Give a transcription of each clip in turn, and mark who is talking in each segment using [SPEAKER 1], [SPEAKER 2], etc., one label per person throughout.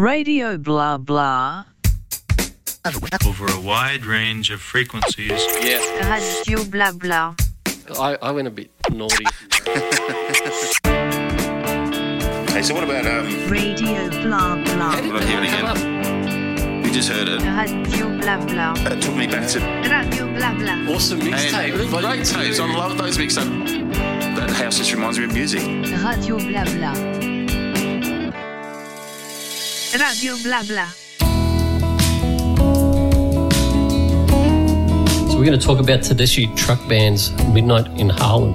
[SPEAKER 1] Radio blah blah.
[SPEAKER 2] over a wide range of frequencies.
[SPEAKER 3] Yeah,
[SPEAKER 4] Radio Blabla.
[SPEAKER 3] I, I went a bit naughty.
[SPEAKER 5] Hey, so what about um?
[SPEAKER 1] Radio blah blah.
[SPEAKER 5] I'll hear it again. We just heard it.
[SPEAKER 4] Radio Blabla.
[SPEAKER 5] That took me back to.
[SPEAKER 4] Radio Blabla.
[SPEAKER 3] Awesome mixtape.
[SPEAKER 5] Hey,
[SPEAKER 3] Bloody
[SPEAKER 5] great tapes. I love those mix up. That house just reminds me of music.
[SPEAKER 4] Radio Blabla. Radio Blabla.
[SPEAKER 3] So we're going to talk about Tedeschi Truck Band's Midnight in Harlem.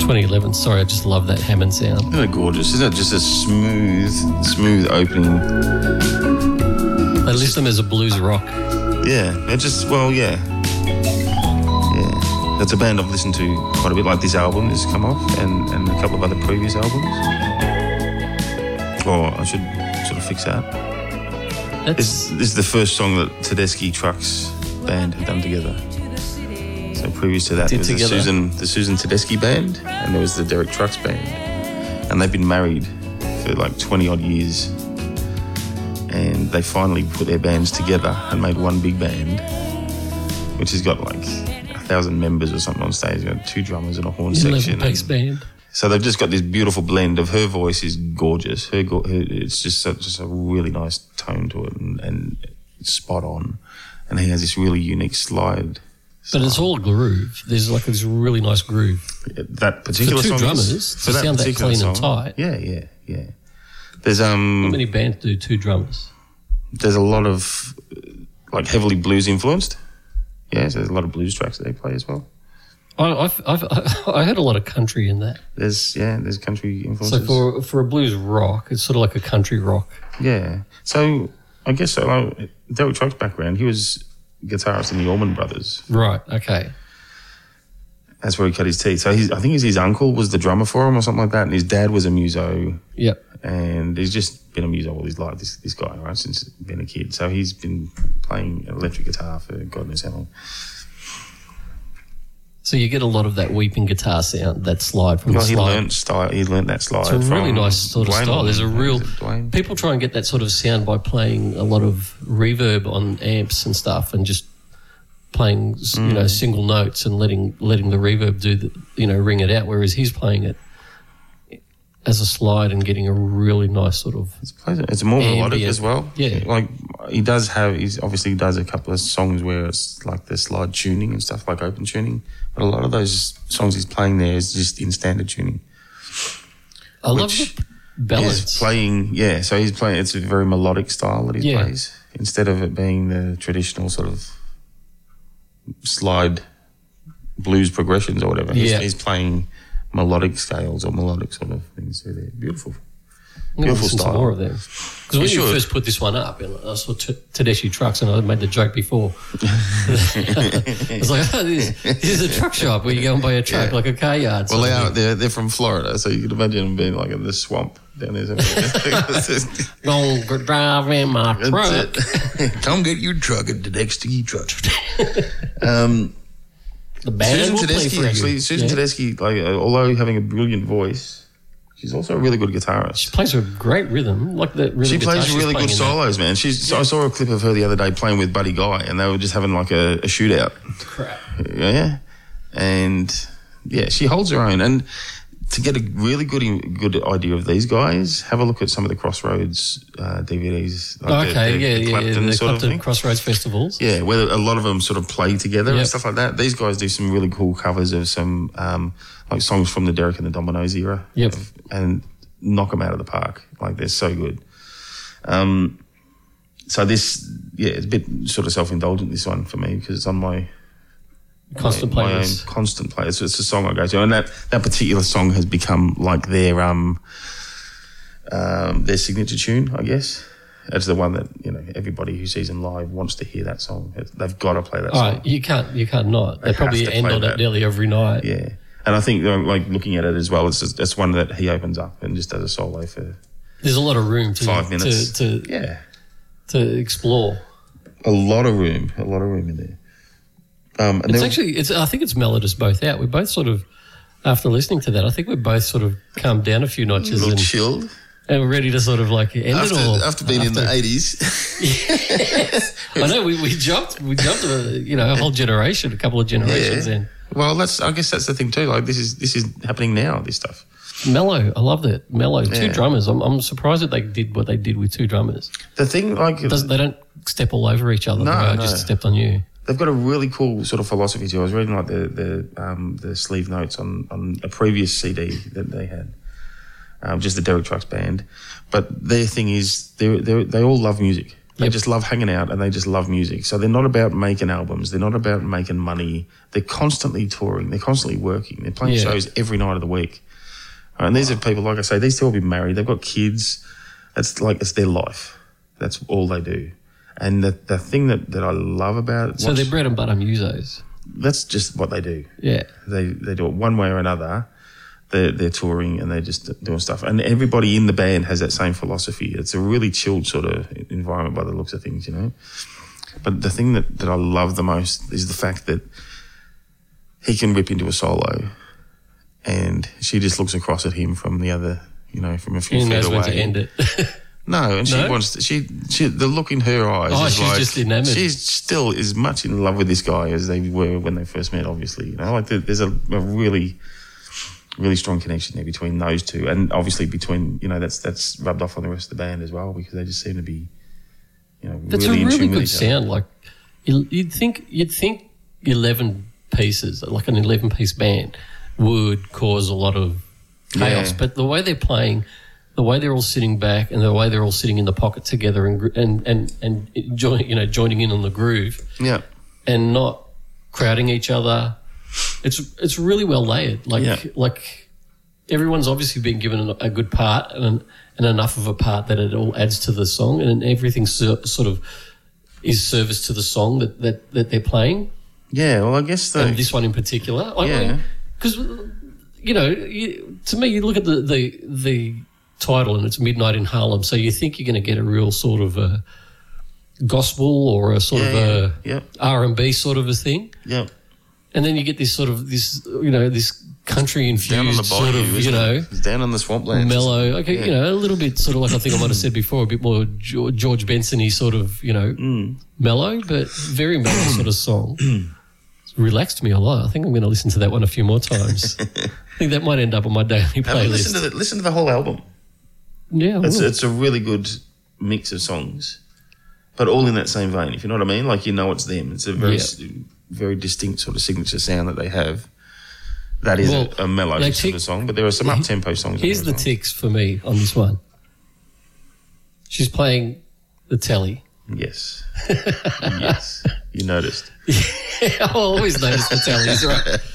[SPEAKER 3] Twenty eleven. Sorry, I just love that Hammond sound.
[SPEAKER 6] Isn't it gorgeous? Isn't it just a smooth, smooth opening?
[SPEAKER 3] They list them as a blues rock.
[SPEAKER 6] Yeah, it just well, yeah, yeah. That's a band I've listened to quite a bit. Like this album has come off, and and a couple of other previous albums. Well, I should sort of fix that. This
[SPEAKER 3] That's
[SPEAKER 6] this is the first song that Tedeschi Trucks band have done together. So previous to that,
[SPEAKER 3] Did
[SPEAKER 6] there was the
[SPEAKER 3] together.
[SPEAKER 6] Susan the Susan Tedeschi band, and there was the Derek Trucks band, and they've been married for like twenty odd years. And they finally put their bands together and made one big band, which has got like a thousand members or something on stage. Got two drummers and a horn section.
[SPEAKER 3] eleven piece
[SPEAKER 6] and-
[SPEAKER 3] band.
[SPEAKER 6] so they've just got this beautiful blend of her voice is gorgeous. Her, go- her it's just such just a really nice tone to it and, and it's spot on. And he has this really unique slide.
[SPEAKER 3] But it's all groove. There's like this really nice groove.
[SPEAKER 6] That particular
[SPEAKER 3] two
[SPEAKER 6] song
[SPEAKER 3] drummers
[SPEAKER 6] is,
[SPEAKER 3] to sound that
[SPEAKER 6] particular
[SPEAKER 3] clean and tight.
[SPEAKER 6] Yeah, yeah, yeah. There's
[SPEAKER 3] How
[SPEAKER 6] um
[SPEAKER 3] many bands do two drummers?
[SPEAKER 6] there's a lot of uh, like heavily blues influenced. Yeah, so there's a lot of blues tracks that they play as well.
[SPEAKER 3] I, I've, I've, I heard a lot of country in that.
[SPEAKER 6] There's yeah, there's country
[SPEAKER 3] So
[SPEAKER 6] influences.
[SPEAKER 3] for for a blues rock, it's sort of like a country rock.
[SPEAKER 6] Yeah. So I guess so. Like, Derek Truck's background, he was guitarist in the Allman Brothers.
[SPEAKER 3] Right. Okay.
[SPEAKER 6] That's where he cut his teeth. So he's, I think his, his uncle was the drummer for him or something like that, and his dad was a muso,
[SPEAKER 3] Yep.
[SPEAKER 6] and he's just been a muso all his life. This this guy, right, since he's been a kid. So he's been playing electric guitar for God knows how long.
[SPEAKER 3] So you get a lot of that weeping guitar sound, that slide from
[SPEAKER 6] Well,
[SPEAKER 3] the
[SPEAKER 6] he
[SPEAKER 3] slide.
[SPEAKER 6] learnt style. He learnt that slide.
[SPEAKER 3] it's a really
[SPEAKER 6] from
[SPEAKER 3] nice sort of
[SPEAKER 6] Dwayne
[SPEAKER 3] style. There's a
[SPEAKER 6] Allman.
[SPEAKER 3] real
[SPEAKER 6] Is it Dwayne?
[SPEAKER 3] people try and get that sort of sound by playing a lot of reverb on amps and stuff, and just playing s you
[SPEAKER 6] Mm.
[SPEAKER 3] know single notes and letting letting the reverb do the you know ring it out. Whereas he's playing it as a slide and getting a really nice sort of
[SPEAKER 6] It's pleasant. It's more melodic
[SPEAKER 3] Ambient.
[SPEAKER 6] as well.
[SPEAKER 3] Yeah.
[SPEAKER 6] Like he does have he's obviously does a couple of songs where it's like the slide tuning and stuff like open tuning. But a lot of those songs he's playing there is just in standard tuning.
[SPEAKER 3] I love
[SPEAKER 6] Which
[SPEAKER 3] the
[SPEAKER 6] He's
[SPEAKER 3] balance.
[SPEAKER 6] playing yeah, so he's playing it's a very melodic style that he
[SPEAKER 3] Yeah.
[SPEAKER 6] plays. Instead of it being the traditional sort of slide blues progressions or whatever. He's,
[SPEAKER 3] Yeah.
[SPEAKER 6] he's playing melodic scales or melodic sort of things. So they're beautiful.
[SPEAKER 3] I'm gonna
[SPEAKER 6] Beautiful
[SPEAKER 3] listen to
[SPEAKER 6] style.
[SPEAKER 3] more of them. Because when
[SPEAKER 6] You
[SPEAKER 3] you
[SPEAKER 6] should.
[SPEAKER 3] first put this one up, and I saw T- Tedeschi trucks, and I made the joke before. I was like, oh, this, this is a truck shop where you go and buy a truck, like a car yard.
[SPEAKER 6] Well, they
[SPEAKER 3] sort of thing.
[SPEAKER 6] are. They're, they're from Florida, so you can imagine them being like in the swamp down there. somewhere.
[SPEAKER 3] Long gr- driving my truck.
[SPEAKER 6] Come get your truck at the next E truck. um,
[SPEAKER 3] The band
[SPEAKER 6] Susan
[SPEAKER 3] will play
[SPEAKER 6] Tedeschi,
[SPEAKER 3] for
[SPEAKER 6] actually,
[SPEAKER 3] you.
[SPEAKER 6] Susan
[SPEAKER 3] Yeah.
[SPEAKER 6] Tedeschi, like uh, although having a brilliant voice, she's also a really good
[SPEAKER 3] She
[SPEAKER 6] guitarist.
[SPEAKER 3] plays with great rhythm, like the rhythm
[SPEAKER 6] She
[SPEAKER 3] guitar
[SPEAKER 6] plays
[SPEAKER 3] she's
[SPEAKER 6] really
[SPEAKER 3] playing
[SPEAKER 6] good
[SPEAKER 3] in that.
[SPEAKER 6] solos, man. She's. I saw a clip of her the other day playing with Buddy Guy, and they were just having like a, a shootout.
[SPEAKER 3] Crap.
[SPEAKER 6] yeah, and yeah, she holds her own. And to get a really good good idea of these guys, have a look at some of the Crossroads uh, DVDs. like the-
[SPEAKER 3] Okay, yeah,
[SPEAKER 6] the- the
[SPEAKER 3] yeah, yeah.
[SPEAKER 6] Clapton
[SPEAKER 3] The
[SPEAKER 6] sort of
[SPEAKER 3] Clapton
[SPEAKER 6] thing.
[SPEAKER 3] Crossroads Festivals.
[SPEAKER 6] Yeah, where a lot of them sort of play together
[SPEAKER 3] Yep.
[SPEAKER 6] and stuff like that. These guys do some really cool covers of some um, like songs from the Derek and the Dominoes era.
[SPEAKER 3] Yep.
[SPEAKER 6] and knock them out of the park. Like they're so good. Um, so this, yeah, it's a bit sort of self indulgent this one for me because it's on my
[SPEAKER 3] Constant
[SPEAKER 6] my own
[SPEAKER 3] playlist.
[SPEAKER 6] constant playlist. So it's a song I go to, and that that particular song has become like their um um their signature tune, I guess. It's the one that you know everybody who sees them live wants to hear that song. They've got to play that
[SPEAKER 3] Oh,
[SPEAKER 6] song.
[SPEAKER 3] you can't, you can't not. They
[SPEAKER 6] have
[SPEAKER 3] probably
[SPEAKER 6] to
[SPEAKER 3] end
[SPEAKER 6] play
[SPEAKER 3] on it
[SPEAKER 6] that.
[SPEAKER 3] nearly every night.
[SPEAKER 6] Yeah, and I think um, like looking at it as well, it's it's one that he opens up and just does a solo for
[SPEAKER 3] There's a lot of room to
[SPEAKER 6] five minutes.
[SPEAKER 3] to, to,
[SPEAKER 6] yeah,
[SPEAKER 3] to explore.
[SPEAKER 6] a lot of room, a lot of room in there. Um, and
[SPEAKER 3] It's
[SPEAKER 6] then,
[SPEAKER 3] actually, it's. I think it's mellowed us both out. We both sort of after listening to that, I think we've both sort of calmed down a few notches
[SPEAKER 6] A little
[SPEAKER 3] and,
[SPEAKER 6] chilled.
[SPEAKER 3] and we're ready to sort of like end
[SPEAKER 6] After,
[SPEAKER 3] it all.
[SPEAKER 6] after being in the 80s,
[SPEAKER 3] I know we, we jumped, we jumped, a, you know, a whole generation, a couple of generations
[SPEAKER 6] Yeah.
[SPEAKER 3] in.
[SPEAKER 6] well, that's I guess that's the thing too. Like this is this is happening now. This stuff.
[SPEAKER 3] Mellow, I love that. Mellow, two
[SPEAKER 6] Yeah.
[SPEAKER 3] drummers. I'm, I'm surprised that they did what they did with two drummers.
[SPEAKER 6] The thing, like,
[SPEAKER 3] Doesn't they don't step all over each other?
[SPEAKER 6] No,
[SPEAKER 3] the way I
[SPEAKER 6] no.
[SPEAKER 3] just stepped on you.
[SPEAKER 6] they've got a really cool sort of philosophy too. I was reading like the the um, the sleeve notes on on a previous CD that they had, um, just the Derek Trucks band. But their thing is they they they all love music. They
[SPEAKER 3] Yep.
[SPEAKER 6] just love hanging out and they just love music. So they're not about making albums. They're not about making money. They're constantly touring. They're constantly working. They're playing
[SPEAKER 3] Yeah.
[SPEAKER 6] shows every night of the week. And these are people, like I say, these two will be married. They've got kids. That's like it's their life. That's all they do. And the, the thing that, that I love about it,
[SPEAKER 3] So
[SPEAKER 6] watch-
[SPEAKER 3] they're bread and butter musos.
[SPEAKER 6] that's just what they do.
[SPEAKER 3] Yeah.
[SPEAKER 6] They they do it one way or another. They're, they're touring and they're just doing stuff. And everybody in the band has that same philosophy. It's a really chilled sort of environment by the looks of things, you know. But the thing that, that I love the most is the fact that he can rip into a solo and she just looks across at him from the other, you know, from a few
[SPEAKER 3] Who
[SPEAKER 6] feet
[SPEAKER 3] knows
[SPEAKER 6] away.
[SPEAKER 3] when to end it?
[SPEAKER 6] No, and she
[SPEAKER 3] No?
[SPEAKER 6] wants to, she she the look in her eyes.
[SPEAKER 3] Oh,
[SPEAKER 6] is
[SPEAKER 3] she's
[SPEAKER 6] like,
[SPEAKER 3] just enamoured.
[SPEAKER 6] She's still as much in love with this guy as they were when they first met. Obviously, you know, like there- there's a, a really really strong connection there between those two, and obviously between you know that's that's rubbed off on the rest of the band as well because they just seem to be you know
[SPEAKER 3] That's
[SPEAKER 6] really
[SPEAKER 3] a
[SPEAKER 6] in
[SPEAKER 3] really
[SPEAKER 6] tune with
[SPEAKER 3] good
[SPEAKER 6] each other.
[SPEAKER 3] sound. Like you- you'd think, you'd think eleven pieces, like an eleven-piece band, would cause a lot of chaos.
[SPEAKER 6] Yeah.
[SPEAKER 3] But the way they're playing, the way they're all sitting back, and the way they're all sitting in the pocket together, and gr- and and and join, you know, joining in on the groove,
[SPEAKER 6] Yeah,
[SPEAKER 3] and not crowding each other. It's it's really well layered. Like
[SPEAKER 6] Yeah.
[SPEAKER 3] like everyone's obviously been given a, a good part and and enough of a part that it all adds to the song, and everything so, sort of is service to the song that that, that they're playing.
[SPEAKER 6] yeah. Well, I guess the
[SPEAKER 3] And this one in particular, I
[SPEAKER 6] Yeah.
[SPEAKER 3] because you know, you, to me, you look at the the the title and it's Midnight in Harlem, so you think you're going to get a real sort of a gospel or a sort
[SPEAKER 6] yeah,
[SPEAKER 3] of
[SPEAKER 6] yeah,
[SPEAKER 3] a
[SPEAKER 6] yeah,
[SPEAKER 3] R and B sort of a thing,
[SPEAKER 6] yeah.
[SPEAKER 3] and then you get this sort of this you know this country
[SPEAKER 6] Down on
[SPEAKER 3] infused
[SPEAKER 6] the
[SPEAKER 3] sort
[SPEAKER 6] bayou,
[SPEAKER 3] of you
[SPEAKER 6] isn't
[SPEAKER 3] know
[SPEAKER 6] it? It's down on the swamplands.
[SPEAKER 3] mellow, okay,
[SPEAKER 6] Yeah.
[SPEAKER 3] you know a little bit sort of like I think I might have said before, a bit more Geor- George Bensony sort of you know mellow, but very mellow sort of song. It's Relaxed me a lot. I think I'm going to listen to that one a few more times. I think that might end up on my daily
[SPEAKER 6] Have a
[SPEAKER 3] playlist.
[SPEAKER 6] listen to the, listen to the whole album.
[SPEAKER 3] yeah, I
[SPEAKER 6] It's,
[SPEAKER 3] will.
[SPEAKER 6] it's a really good mix of songs, but all in that same vein. If you know what I mean, like you know it's them. It's a very,
[SPEAKER 3] Yeah.
[SPEAKER 6] s- very distinct sort of signature sound that they have. That is
[SPEAKER 3] Well,
[SPEAKER 6] a, a mellow
[SPEAKER 3] they
[SPEAKER 6] sort
[SPEAKER 3] tick-
[SPEAKER 6] of song, but there are some up tempo songs. on
[SPEAKER 3] Here's
[SPEAKER 6] there
[SPEAKER 3] the
[SPEAKER 6] as
[SPEAKER 3] ticks for me on this one. She's playing the telly.
[SPEAKER 6] well. Yes, yes, you noticed.
[SPEAKER 3] I always notice the tallies, right?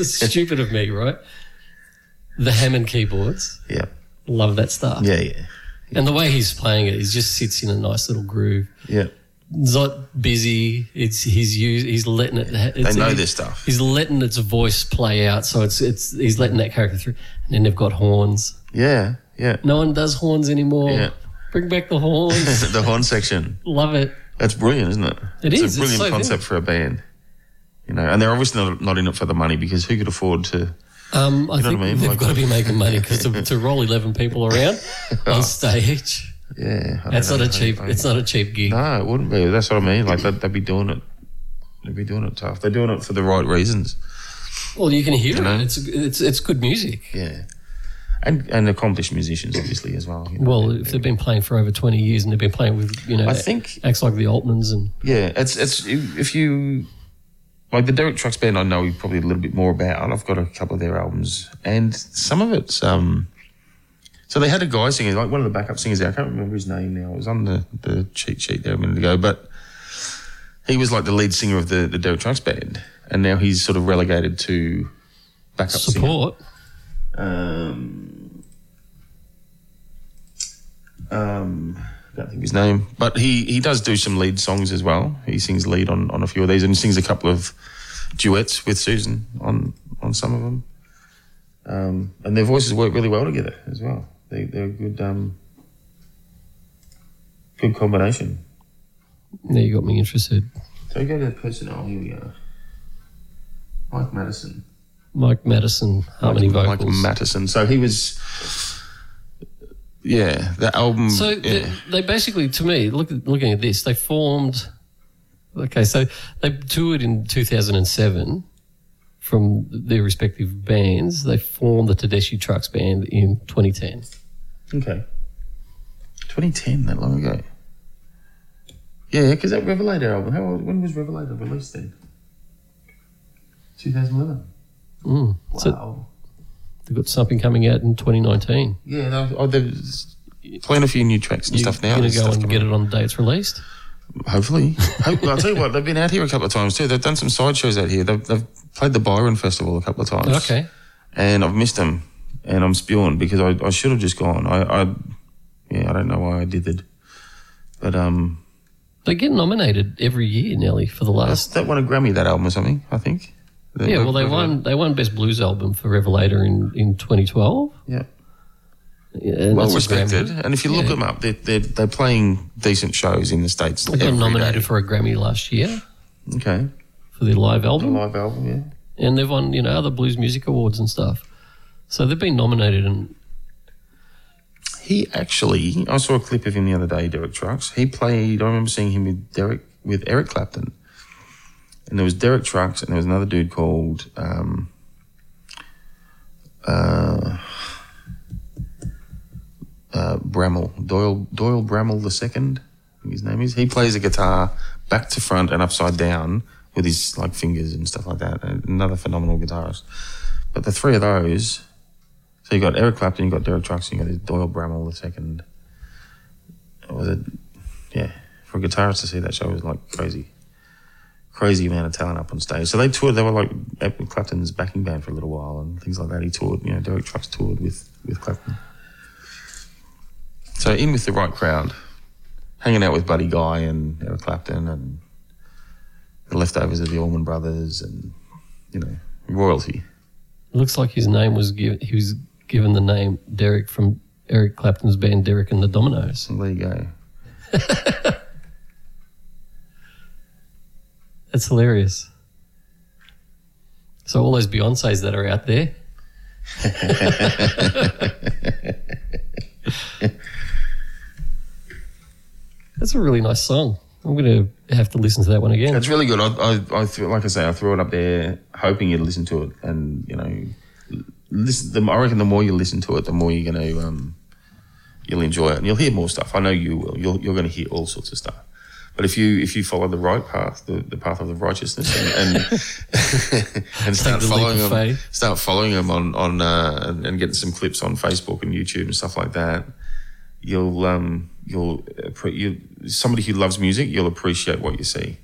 [SPEAKER 3] It's stupid of me, right? The Hammond keyboards,
[SPEAKER 6] Yeah,
[SPEAKER 3] love that stuff.
[SPEAKER 6] yeah, yeah,
[SPEAKER 3] And the way he's playing it, he just sits in a nice little groove.
[SPEAKER 6] yeah.
[SPEAKER 3] It's not busy. It's he's use, he's letting it. It's,
[SPEAKER 6] They know
[SPEAKER 3] he-
[SPEAKER 6] their stuff.
[SPEAKER 3] He's letting its voice play out, so it's it's he's letting that character through. And then they've got horns.
[SPEAKER 6] Yeah, yeah.
[SPEAKER 3] No one does horns anymore.
[SPEAKER 6] Yeah.
[SPEAKER 3] Bring back the horns.
[SPEAKER 6] the horn section.
[SPEAKER 3] love it.
[SPEAKER 6] That's brilliant, isn't it?
[SPEAKER 3] It is,
[SPEAKER 6] it's
[SPEAKER 3] it's
[SPEAKER 6] a brilliant
[SPEAKER 3] so
[SPEAKER 6] concept for a band. You know, and they're obviously not, not in it for the money because who could afford to?
[SPEAKER 3] Um, I
[SPEAKER 6] know
[SPEAKER 3] think
[SPEAKER 6] what I mean?
[SPEAKER 3] they've
[SPEAKER 6] Like-
[SPEAKER 3] got to be making money because to, to roll eleven people around
[SPEAKER 6] Oh.
[SPEAKER 3] on stage.
[SPEAKER 6] Yeah, I don't
[SPEAKER 3] That's not
[SPEAKER 6] know.
[SPEAKER 3] a cheap. It's not a cheap gig.
[SPEAKER 6] No, it wouldn't be. That's what I mean. Like they'd, they'd be doing it. They'd be doing it tough. They're doing it for the right reasons.
[SPEAKER 3] Well, you can hear
[SPEAKER 6] know?
[SPEAKER 3] it. It's it's it's good music.
[SPEAKER 6] Yeah, and and accomplished musicians obviously as well. you know.
[SPEAKER 3] Well, if they've been playing for over twenty years and they've been playing with you know,
[SPEAKER 6] I think-
[SPEAKER 3] acts like the Altmans and
[SPEAKER 6] yeah, it's it's if you like the Derek Trucks band, I know you probably a little bit more about. I've got a couple of their albums, and some of it's um. So they had a guy singing, like one of the backup singers there. I can't remember his name now. It was on the, the cheat sheet there a minute ago, but he was like the lead singer of the the Derek Trucks band, and now he's sort of relegated to backup singer.
[SPEAKER 3] support.
[SPEAKER 6] um, um, I don't think his name, but he he does do some lead songs as well. He sings lead on, on a few of these, and he sings a couple of duets with Susan on on some of them. Um, and their voices work really well together as well. They they're a good um, good combination.
[SPEAKER 3] Now you got me interested.
[SPEAKER 6] So we go to personnel. Here we go. Mike Madison.
[SPEAKER 3] Mike Madison harmony
[SPEAKER 6] Mike
[SPEAKER 3] vocals.
[SPEAKER 6] Mattison. So he was, yeah, the album.
[SPEAKER 3] So
[SPEAKER 6] yeah.
[SPEAKER 3] they, they basically, to me, look, looking at this, they formed. Okay, so they toured in 2007 from their respective bands. They formed the Tedeschi Trucks Band in 2010.
[SPEAKER 6] okay, 2010, that long ago. Yeah, because that Revelator album. How old, when was Revelator released then? 2011.
[SPEAKER 3] Mm.
[SPEAKER 6] Wow.
[SPEAKER 3] So- They've got something coming out in 2019.
[SPEAKER 6] yeah, no, oh, they're playing a few new tracks and stuff now.
[SPEAKER 3] You're
[SPEAKER 6] There's
[SPEAKER 3] gonna go
[SPEAKER 6] stuff
[SPEAKER 3] and
[SPEAKER 6] coming
[SPEAKER 3] get it on the day it's released.
[SPEAKER 6] Hopefully. Hope, I'll tell you what, they've been out here a couple of times too. They've done some sideshows out here. They've, they've played the Byron Festival a couple of times.
[SPEAKER 3] Okay.
[SPEAKER 6] And I've missed them. And I'm spewing because I, I should have just gone. I, I, yeah, I don't know why I did it. But, um,
[SPEAKER 3] They get nominated every year nearly for the
[SPEAKER 6] that's,
[SPEAKER 3] last.
[SPEAKER 6] that won a Grammy, that album or something, I think. The-
[SPEAKER 3] Yeah, well, they
[SPEAKER 6] the-
[SPEAKER 3] won. They won best blues album for Revelator in, in 2012.
[SPEAKER 6] Yeah.
[SPEAKER 3] Yeah, and
[SPEAKER 6] Well
[SPEAKER 3] that's a
[SPEAKER 6] respected.
[SPEAKER 3] Grammy.
[SPEAKER 6] And if you look
[SPEAKER 3] Yeah.
[SPEAKER 6] them up, they're, they're, they're playing decent shows in the States.
[SPEAKER 3] They got
[SPEAKER 6] every
[SPEAKER 3] nominated
[SPEAKER 6] day.
[SPEAKER 3] for a Grammy last year
[SPEAKER 6] Okay.
[SPEAKER 3] for their live
[SPEAKER 6] A
[SPEAKER 3] album,
[SPEAKER 6] live album, yeah.
[SPEAKER 3] and they've won you know other blues music awards and stuff. So they've been nominated, and
[SPEAKER 6] He actually, I saw a clip of him the other day, Derek Trucks. He played. I remember seeing him with Derek with Eric Clapton, and there was Derek Trucks, and there was another dude called. Um, uh, uh, Bramall Doyle Doyle Bramall the second, his name is. He plays a guitar back to front and upside down with his like fingers and stuff like that. And Another phenomenal guitarist. But the three of those, so you got Eric Clapton, you got Derek Trucks, and you got Doyle Bramall the second. It was a yeah for a guitarist to see that show was like crazy, crazy amount of talent up on stage. So they toured. They were like Eric Clapton's backing band for a little while and things like that. He toured. You know, Derek Trucks toured with with Clapton. So in with the right crowd, hanging out with Buddy Guy and Eric Clapton and the leftovers of the Allman Brothers and you know royalty.
[SPEAKER 3] it looks like his name was given. He was given the name Derek from Eric Clapton's band Derek and the Dominoes.
[SPEAKER 6] So there you go.
[SPEAKER 3] That's hilarious. So all those Beyonces that are out there, that's a really nice song. I'm going to have to listen to that one again.
[SPEAKER 6] It's really good. I, I, I threw, like I say, I threw it up there, hoping you'd listen to it, and you know, listen. The, I reckon the more you listen to it, the more you're gonna, um, you'll enjoy it, and you'll hear more stuff. I know you will. You'll, you're going to hear all sorts of stuff. But if you if you follow the right path, the, the path of the righteousness, and and, and start
[SPEAKER 3] the leap
[SPEAKER 6] following
[SPEAKER 3] of
[SPEAKER 6] them,
[SPEAKER 3] faith.
[SPEAKER 6] start following them on on uh, and, and getting some clips on Facebook and YouTube and stuff like that, you'll um you'll appre- you somebody who loves music, you'll appreciate what you see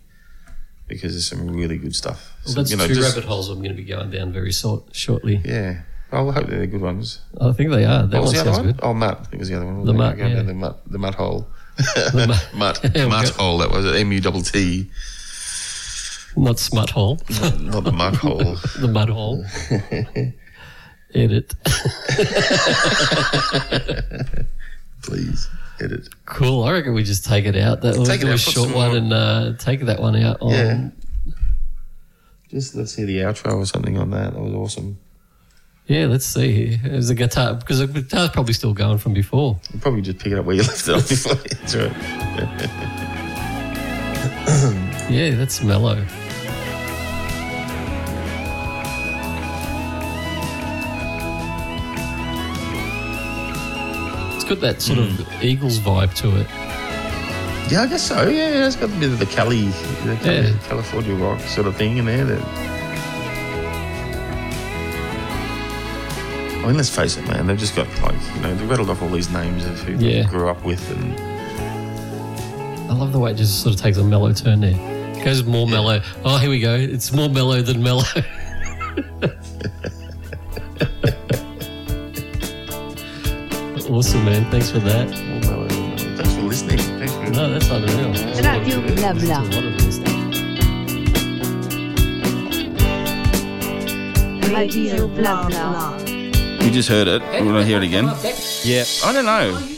[SPEAKER 6] because there's some really good stuff.
[SPEAKER 3] Well,
[SPEAKER 6] So,
[SPEAKER 3] that's
[SPEAKER 6] you know,
[SPEAKER 3] two
[SPEAKER 6] just-
[SPEAKER 3] rabbit holes I'm going to be going down very so- shortly.
[SPEAKER 6] Yeah, I'll hope they're good ones.
[SPEAKER 3] I think they are. That
[SPEAKER 6] What
[SPEAKER 3] one
[SPEAKER 6] was the other
[SPEAKER 3] sounds
[SPEAKER 6] one?
[SPEAKER 3] good.
[SPEAKER 6] Oh, Mutt. I think was the other one.
[SPEAKER 3] The
[SPEAKER 6] We're
[SPEAKER 3] Mutt,
[SPEAKER 6] going down
[SPEAKER 3] yeah.
[SPEAKER 6] The Mutt. The Mutt hole.
[SPEAKER 3] The Mutt-
[SPEAKER 6] Mutt.
[SPEAKER 3] Yeah, we'll
[SPEAKER 6] Mutt
[SPEAKER 3] go-
[SPEAKER 6] hole. That was it. M U double T.
[SPEAKER 3] Not smut hole,
[SPEAKER 6] Not the Mutt hole.
[SPEAKER 3] the mud hole. Edit.
[SPEAKER 6] Please edit.
[SPEAKER 3] Cool. I reckon we just take it out. That was
[SPEAKER 6] Take it
[SPEAKER 3] a
[SPEAKER 6] out, put
[SPEAKER 3] short
[SPEAKER 6] some
[SPEAKER 3] one
[SPEAKER 6] more-
[SPEAKER 3] and uh, take that one out on
[SPEAKER 6] Yeah. Just let's hear the outro or something on that. That was awesome.
[SPEAKER 3] Yeah, let's see. It was a guitar because the guitar's probably still going from before.
[SPEAKER 6] You probably just pick it up where you left it off before. That's right.
[SPEAKER 3] Yeah, that's mellow. It's got that sort of Eagles vibe to it.
[SPEAKER 6] Yeah, I guess so. Yeah, yeah, it's got a bit of the Cali, the Cali
[SPEAKER 3] Yeah.
[SPEAKER 6] California rock sort of thing in there. That I mean, let's face it, man. They've just got like you know they rattled off all these names of who
[SPEAKER 3] Yeah.
[SPEAKER 6] they grew up with, and
[SPEAKER 3] I love the way it just sort of takes a mellow turn there. It goes more mellow. Oh, here we go. It's more mellow than mellow. awesome, man. Thanks for that.
[SPEAKER 6] well, uh, thanks for listening. Thanks for
[SPEAKER 3] No, that's unreal.
[SPEAKER 4] Radio
[SPEAKER 3] There's
[SPEAKER 4] Blabla.
[SPEAKER 3] a lot of this stuff.
[SPEAKER 4] Radio
[SPEAKER 1] Radio
[SPEAKER 4] Blabla.
[SPEAKER 1] Blabla.
[SPEAKER 5] You just heard it. You want to hear it again? Yeah. I don't know.